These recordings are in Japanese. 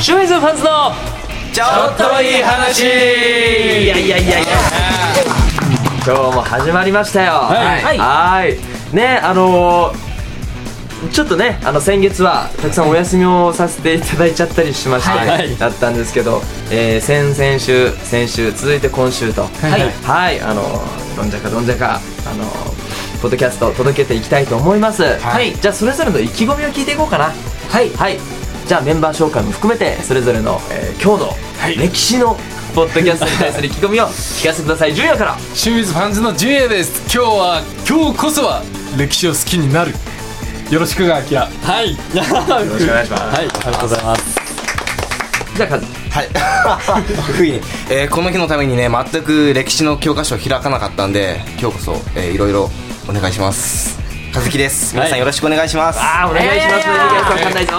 シュウイズファンズのちょっといい話いやいやいやいや今日も始まりましたよはいはいはいねあのーちょっとねあの先月はたくさんお休みをさせていただいちゃったりしまして、はいだったんですけど、えー先々週先週続いて今週とはいはい、あのーどんじゃかどんじゃかあのーポッドキャスト届けていきたいと思いますはいじゃあそれぞれの意気込みを聞いていこうかなはい、はい、じゃあメンバー紹介も含めてそれぞれの、えー今日の歴史のポッドキャストに対する意気込みを聞かせてくださいジュニアから清水ファンズのジュエです今日は今日こそは歴史を好きになるよろしくがあきらはいよろしくお願いしますはいありがとうございますじゃあカズはいえーこの日のためにね全く歴史の教科書を開かなかったんで今日こそ、えーいろいろお願いします和樹です皆さんよろしくお願いします、あーお願いしますねジュニアさんわかんないぞ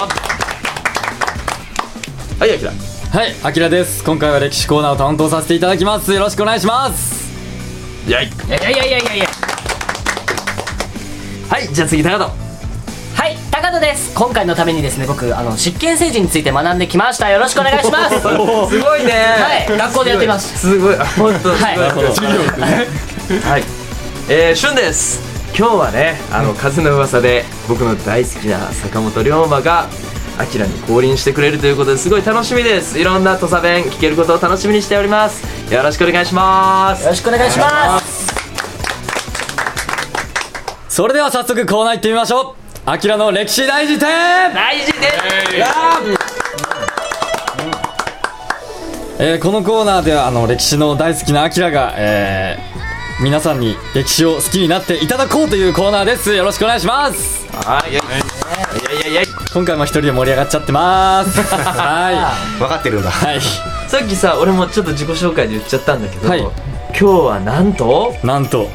はいアキラはい、あきらです。今回は歴史コーナーを担当させていただきます。よろしくお願いします。いやいやいやいやいやいやはいじゃあ次高野はい、高田です。今回のためにですね、僕、あの、執権政治について学んできました。よろしくお願いし ます。はすごいねい、学校でやってます。すごいあ本当はいすごいはい、えー、しゅんです今日はねあの風の噂で僕の大好きな坂本龍馬がアキラに降臨してくれるということですごい楽しみですいろんな土佐弁聞けることを楽しみにしておりますよろしくお願いしまよすろしくお願いします。それでは早速コーナー行ってみましょう。あきらの歴史大辞典大事ですえーこのコーナーではあの歴史の大好きなあきらが、えー皆さんに歴史を好きになっていただこうというコーナーです。よろしくお願いします。はいいやいやいやいや今回も一人で盛り上がっちゃってます。は分かってるんだい。はい。さっきさ俺もちょっと自己紹介で言っちゃったんだけど、はい今日はなんとなんと、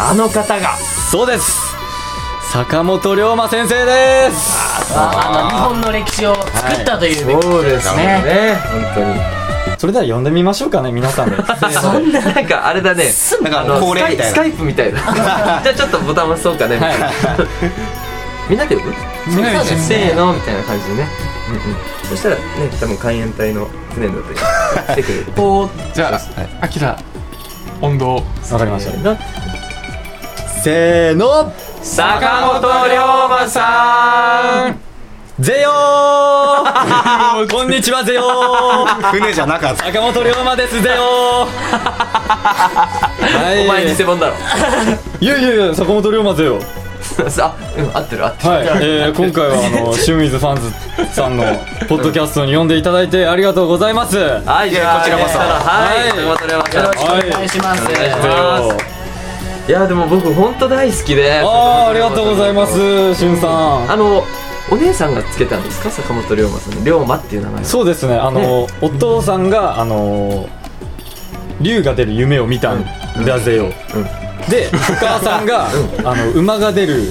あの方がそうです。坂本龍馬先生です。あの、日本の歴史を作ったという、そうですねね本当にそれでは呼んでみましょうかね、皆さんで。そんななんかあれだねなんあかの恒スカイ例みたいスなカイプみたいな じゃあちょっとボタン押そうかね、はい みんなで呼ぶみんなで呼ぶせーのみたいな感じでね、うんうん、そしたらね多分海援隊の船だ ったり来てくれるじゃああきら温度わかりました。のせーの坂本龍馬さんゼヨーこんにちはゼヨー船じゃな かった坂本龍馬ですゼヨーはいお前偽物だろ いやいやいや坂本龍馬ゼヨーあ、うん、合ってる合ってる、はい、えー、今回はあの清水ファンズさんのポッドキャストに呼んでいただいてありがとうございますははい、じゃあいやこちらこそはい、はい坂本龍馬さんいお願いします。願いしゼヨまーいやでも僕本当大好きであーありがとうございますしゅんさあんのお姉さんがつけたんですか坂本龍馬さんの龍馬っていう名前をそうですねあのお父さんがあの龍が出る夢を見たんだぜよ、うんでお母さんが、あの馬が出る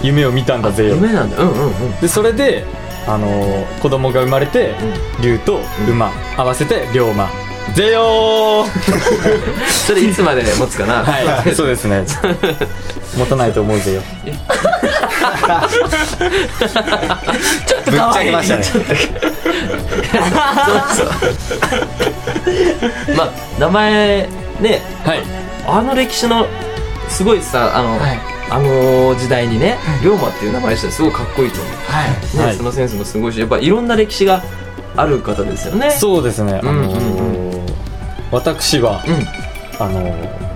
夢を見たんだぜよ夢なんだうんうんうんでそれで、あのー子供が生まれて、龍と馬、合わせて龍馬ぜよーそれいつまで持つかな はいそうですね持たないと思うぜよぶっちゃけましたねまあ名前ねはいあの歴史のすごいさあの、はいあの時代にね、龍馬っていう名前したらすごいかっこいいと思う、はい。ねはいそのセンスもすごいしやっぱいろんな歴史がある方ですよねそうですね、あのーうん私は、うんあのー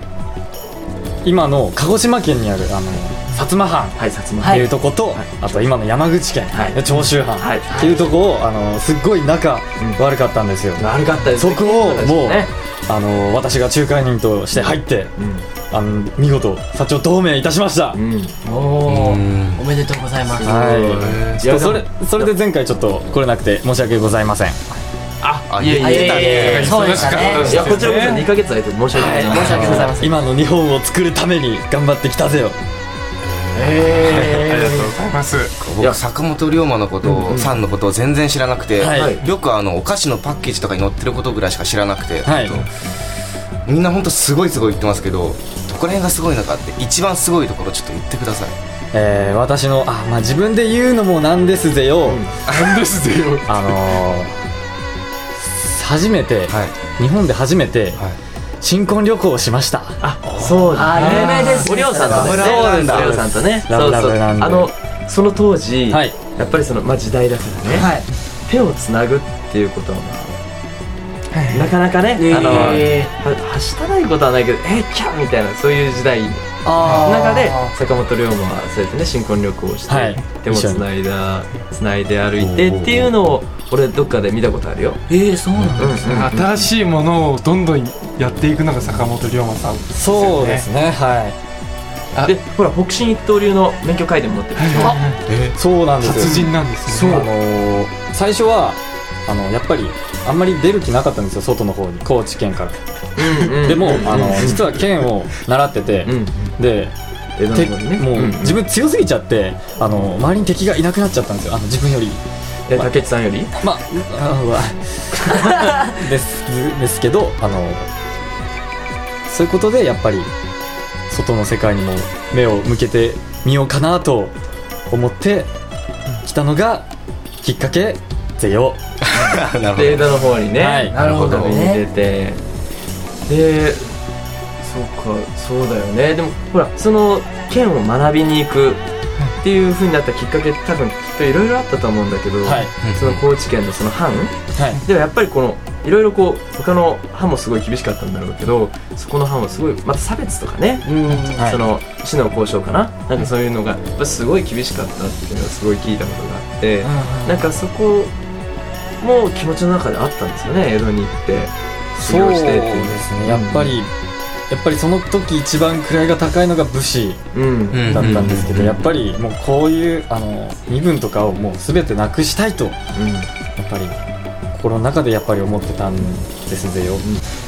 今の鹿児島県にある、あのー薩摩藩はい薩摩っはていいうとこと、あと今の山口県、はい長州藩はいっていうとこをあのすっごい仲悪かったんですよ、悪かったですそねこをもう、ねあの私が仲介人として入って、あの見事社長同盟いたしました、うん、うんおー、おめでとうございます。はいちょっとそれそれで前回ちょっと来れなくて申し訳ございませんあいやいやあいいややいいややいやそうでしたね。いやこちらこそ2ヶ月空いて申し訳ない、申し訳ございません。今の日本を作るために頑張ってきたぜよありがとうございます僕坂本龍馬のことを、さんのことを全然知らなくて、はいよくあのお菓子のパッケージとかに載ってることぐらいしか知らなくて、はい本当みんな本当すごいすごい言ってますけどどこら辺がすごいのかって一番すごいところちょっと言ってくださいえー私のあ、まあ、自分で言うのもなんですぜよ、なんですぜよあのー、初めて、はい日本で初めて、はい新婚旅行をしましたそうあだー有名ねですねおりょうさんとですねラブラブなんだおりょうさんとねラブラそブうそうなんだあのその当時、はいやっぱりその、まあ、時代だからね、はい手をつなぐっていうことは、まあ、なかなかね、あのえははしたないことはないけどえー、キャンみたいなそういう時代のあー中で坂本龍馬はそうやってね新婚旅行をして、はい手も一緒つにないだつないで歩いてっていうのを俺どっかで見たことあるよ、えー、そうなんだ、新しいものをどんどんやっていくのが坂本龍馬さんそうですねはいでほら北進一刀流の免許改伝持ってるでしょそうなんですよ達人なんですあねのー最初はあのやっぱりあんまり出る気なかったんですよ外の方に高知県から、でも、あの実は県を習ってて、うんで枝て野のねもんう、自分強すぎちゃってあの周りに敵がいなくなっちゃったんですよあの自分よりえ竹内さんよりまああうわ ですですけどあのそういうことでやっぱり外の世界にも目を向けてみようかなと思って来たのがきっかけぜよなでるほ枝の方にね、はいなるほど旅に出てでそうかそうだよねでもほらその剣を学びに行くっていう風になったきっかけ多分きっといろいろあったと思うんだけど、はいその高知県のその藩はいではやっぱりこのいろいろこう他の藩もすごい厳しかったんだろうけどそこの藩はすごいまた差別とかね、はいその市の交渉かななんかそういうのがやっぱすごい厳しかったっていうのはすごい聞いたことがあって、なんかそこも気持ちの中であったんですよね江戸に行って修そう行でしてっていうすねやっぱり、やっぱりその時一番位が高いのが武士うんど。だったんですけど、うやっぱりもうこういうあの身分とかをもう全てなくしたいとやっぱり心の中でやっぱり思ってたんですぜよ、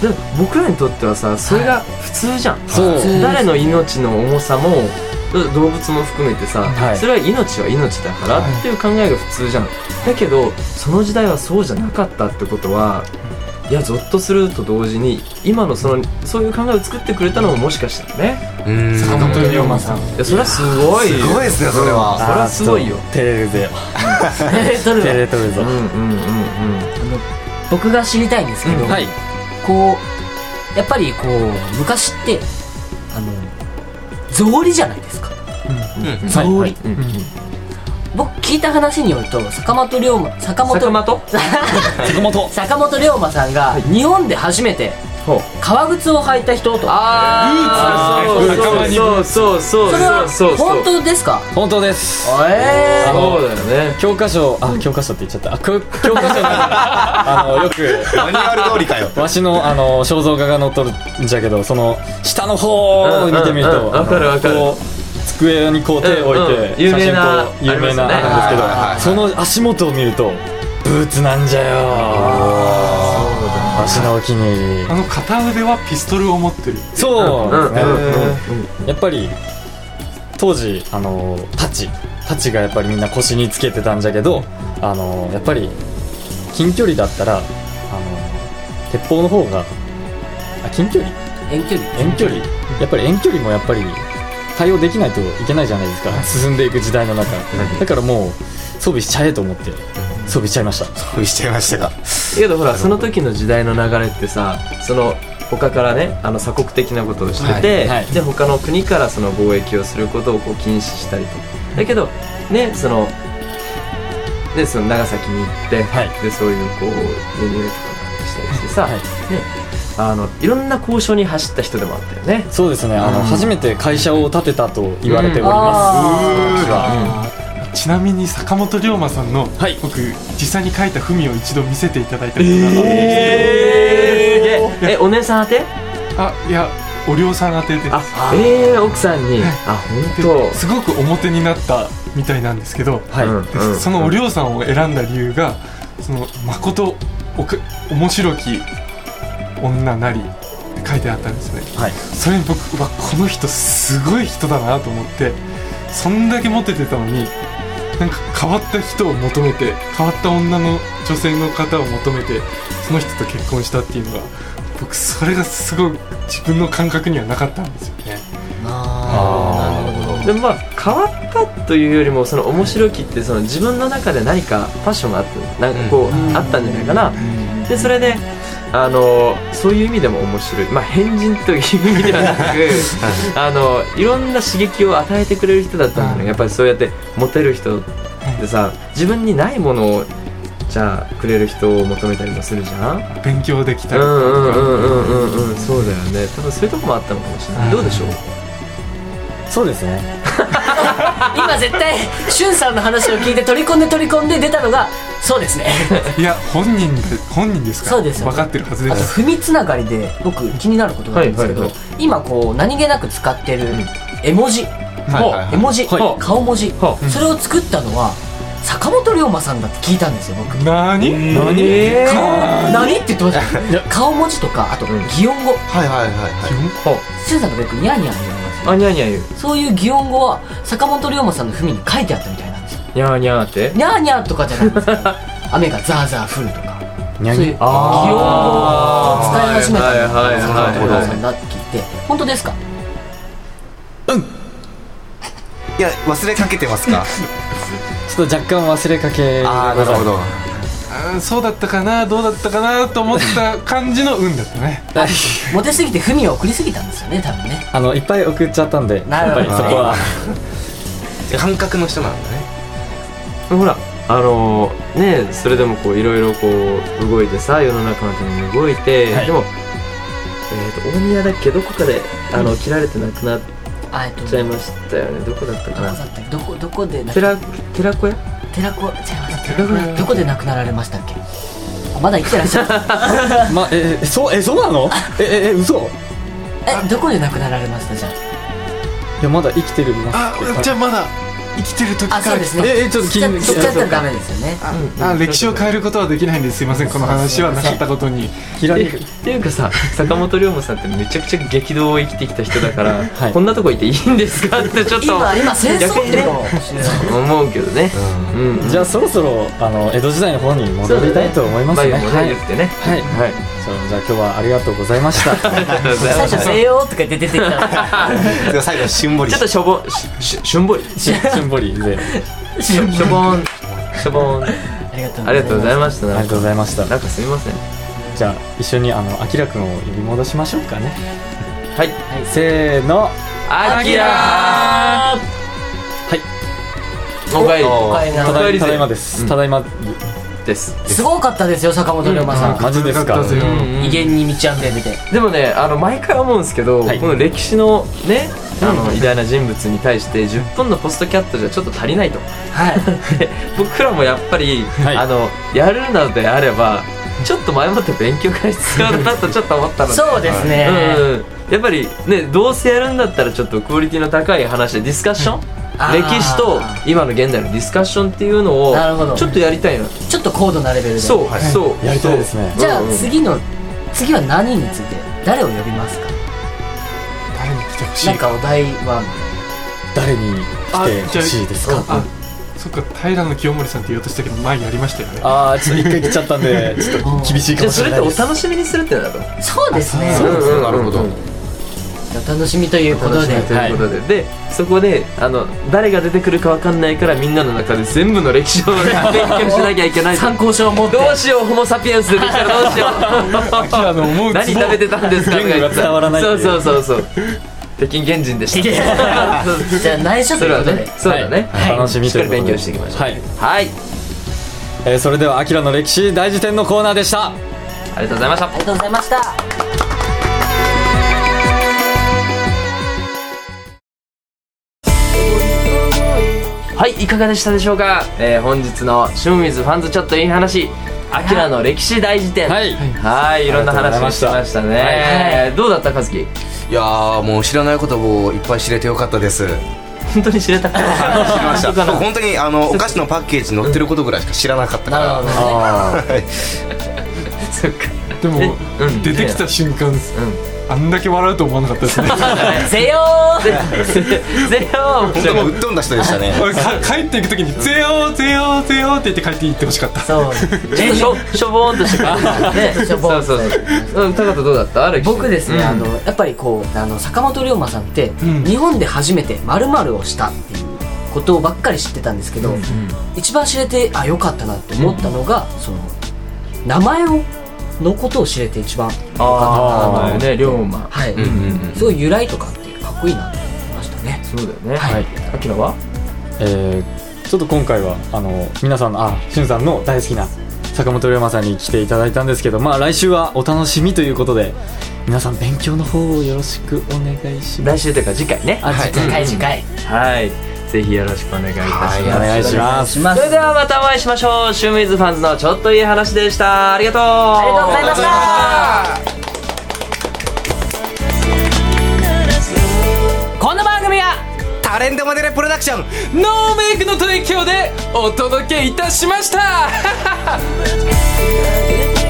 で僕らにとってはさそれが普通じゃん、そうそう誰の命の重さも動物も含めてさ、はいそれは命は命だからっていう考えが普通じゃん、だけどその時代はそうじゃなかったってことはいやゾッとすると同時に今のそのそういう考えを作ってくれたのももしかしたらねうんす坂本龍馬さんいやそれはすごいよごいですね、それは。それはすごいよ照れるぜよ えー、そ照れれとるぞ、うんうんうんうん僕が知りたいんですけど、うんはいこうやっぱりこう昔ってあの草履じゃないですか草履、はいうん僕聞いた話によると坂本龍馬坂本坂本坂本坂本龍馬さんが日本で初めてほう革靴を履いた人とあルーツですねそうそうそうそれそうそうそうそうは本当ですか本当ですえあそうのだよね教科書あ教科書って言っちゃったあこ教科書のあのよくマニュアル通り かよ。わしのあの肖像画が載っとるんじゃけどその下の方を見てみるうんうんうんとあのわかるわかるこう机にこう手を置いて、うんうん有名な写真こう有名ありまなすよねあるんですけどその足元を見るとブーツなんじゃよわしのお気に入りあの片腕はピストルを持ってるそうですね、うんうんやっぱり当時あのタッチタッチがやっぱりみんな腰につけてたんじゃけどあのやっぱり近距離だったらあの鉄砲の方があ近距離遠 距離遠距離やっぱり遠距離もやっぱり対応できないといけないじゃないですか進んでいく時代の中だからもう装備しちゃえと思って装備しちゃいましたしちゃいましたか。けどほらその時の時代の流れってさその他からねあの鎖国的なことをしてて、はいはいで他の国からその貿易をすることをこう禁止したりとだけどねそのでその長崎に行って、はいでそういうこう輸入とかしたりしてさ、はいね、あのいろんな交渉に走った人でもあったよね。そうですねあの初めて会社を建てたと言われております私はちなみに坂本龍馬さんの、はい僕実際に書いた文を一度見せていただいたことがあるんですええお姉さん宛てけど、あいやお涼さん宛てですあええ奥さんにあで本すごく表になったみたいなんですけど、当はい、うんでうんそのお涼さんを選んだ理由がその誠おく面白き女なりって書いてあったんですねはいそれに僕はこの人すごい人だなと思ってそんだけモテてたのになんか変わった人を求めて変わった女の女性の方を求めてその人と結婚したっていうのが僕それがすごい自分の感覚にはなかったんですよねああなるほどでまあ変わったというよりもその面白きってその自分の中で何かパッションがあったなんかこう、あったんじゃないかな、でそれであのそういう意味でも面白いまあ変人という意味 ではなくあのいろんな刺激を与えてくれる人だったんだね、うんやっぱりそうやってモテる人ってさ自分にないものをじゃあくれる人を求めたりもするじゃん勉強できたうりとか、んうんうんうんうんうんそうだよね多分そういうとこもあったのかもしれないどうでしょうそうですね今絶対しゅんさんの話を聞いて取り込んで取り込んで出たのがそうですねいや本人で本人ですからそうですよ分かってるはずであとす踏みつながりで僕気になることがあるんですけど、はいは今こう何気なく使ってる絵文字、はいはいはい絵文字、はい顔文字、はそれを作ったのは坂本龍馬さんだって聞いたんですよ僕何、何えー何って言ってました顔文字とかあとん擬音語 はいはいはいはいしゅんさんの別にニャーニャー言われますよあにゃーにゃー言うそういう擬音語は坂本龍馬さんの文に書いてあったみたいなんですよにゃーにゃーってニャーニャーとかじゃないんですけど雨がザーザー降るとかにゃそういう擬音語を使い始めたのはいはい坂本龍はい馬さんだって聞いて本当ですかいや忘れかけてますかちょっと若干忘れかけ ああなるほどうんそうだったかなどうだったかなと思った感じの運だったねモテすぎて文を送りすぎたんですよね多分ねあのいっぱい送っちゃったん でなるやっほぱどりそこは感覚の人なんだねほらあのーねそれでもこういろいろこう動いてさ世の中のために動いて、はいでもえー、と大宮だっけどこかであの切られて亡くなっあえっとちゃいどこましたよねどこだったかだなったっけどこどこでな寺寺子屋寺子違います寺子屋どこで亡くなられましたっけあまだ生きてらっしゃるまあええそうえそうなのえええ嘘えどこで亡くなられましたじゃいやまだ生きてるますあじゃあまだ生きてる時あかあそうらですねええちょっと気に切っちゃったらダメですよねああ歴史を変えることはできないんですいませんこの話はなかったことに切らってれいるうっていうかさ坂本龍馬さんってめちゃくちゃ激動を生きてきた人だ から、はいこんなとこいていいんですかってちょっと今今戦争逆っにてねるかもしれない思うけどね、うんうん、じゃあそろそろあの江戸時代の方に戻りたいと思いますねバイオもね、はい言ってねはいはいそうじゃあ今日はありがとうございましたあり がとうございま最す初西洋とか言って出てきたらでは最後しんぼりちょっとしょぼしししゅんぼり ししんぼりでしょしょぼんしょぼんありがとうありがとうございまましたありながんとうかございましたなんかすみませんじゃあ一緒にあのあきらくんを呼び戻しましょうかねはいせーのあきらーおかえりおかえりなたさい帰だいりた勢だいまです、うんただいますですすごかったですよ坂本龍馬さんあマジですかよかったぜうん威厳に満ち溢れててでもねあの毎回思うんですけど、はいこの歴史のねあの偉大な人物に対して10分のポストキャットじゃちょっと足りないとはい で僕らもやっぱり、はいあのやるのであればちょっと前もって勉強が必要だなとちょっと思ったのでそうですねうんうんやっぱりねどうせやるんだったらちょっとクオリティの高い話でディスカッションあー歴史と今の現代のディスカッションっていうのをなるほどちょっとやりたいなちょっと高度なレベルでそうそうやりたいですねじゃあうんうん次の次は何について誰を呼びますか誰に来てほしいなんかお題は誰に来てほしいですかあそっか平野清盛さんって言おうとしたけど前やりましたよねああちょっと一回来ちゃったんでちょっと厳しいじかゃもあしそれれっなていでおす楽しみにするってなるとそうですねそうですねなるほどお楽しみということでということで、でそこであの誰が出てくるかわかんないからみんなの中で全部の歴史を勉強しなきゃいけない参考書を持ってどうしようホモ・サピエンス出てきたらどうしようあの思う何 食べてたんですかとか言語が伝わらないってそいううそうそうそう北京原人でしいたやじゃあ内緒 そとれいうはことねでそうだね、はい楽しみしっとかいうり勉ことで強していきましょうはい、はい、えーそれでは「あきらの歴史大辞典」のコーナーでしたありがとうございましたありがとうございましたはいいかがでしたでしょうか、えー本日の「シュンウィズファンズちょっといい話」アキラの歴史大辞典はいはいいろんな話をしましたねどうだった和樹いやーもう知らないことをいっぱい知れてよかったです知り本当に知れた知りましたかな 本当にあのお菓子のパッケージに載ってることぐらいしか知らなかったかなるらほどあ はい そっかでも、えうん出てきた瞬間、あんだけ笑うと思わなかった ですね せよーゼゼロは面本白当いもううっとんだ人でしたね俺か帰っていく時に「ゼオゼオゼオ」って言って帰っていってほしかったそうちょっとしょしょぼーんとしてくるねしょぼーんそうそうそううん高田どうだったある 僕ですね、うんあのやっぱりこうあの坂本龍馬さんって、ん日本で初めて〇〇をしたっていうことばっかり知ってたんですけど、一番知れてあよかったなって思ったのが、その名前をのことを知れて一番ああね龍馬はい、うんうんうんすごい由来とかってかっこいいなって思いましたねそうだよねはいはいあきらはえーちょっと今回はあの皆さんのあしゅんさんの大好きな坂本龍馬さんに来ていただいたんですけどまあ来週はお楽しみということで皆さん勉強の方をよろしくお願いしま来す週というか次回ねあ次回次回はいぜひよろしくお願いいたしますはいお願いしますしまそすれではまたお会いしましょうシューミーズファンズのちょっといい話でしたありがとうありがとうございましたこの番組はタレントモデルプロダクションノーメイクの提供でお届けいたしました Yeah.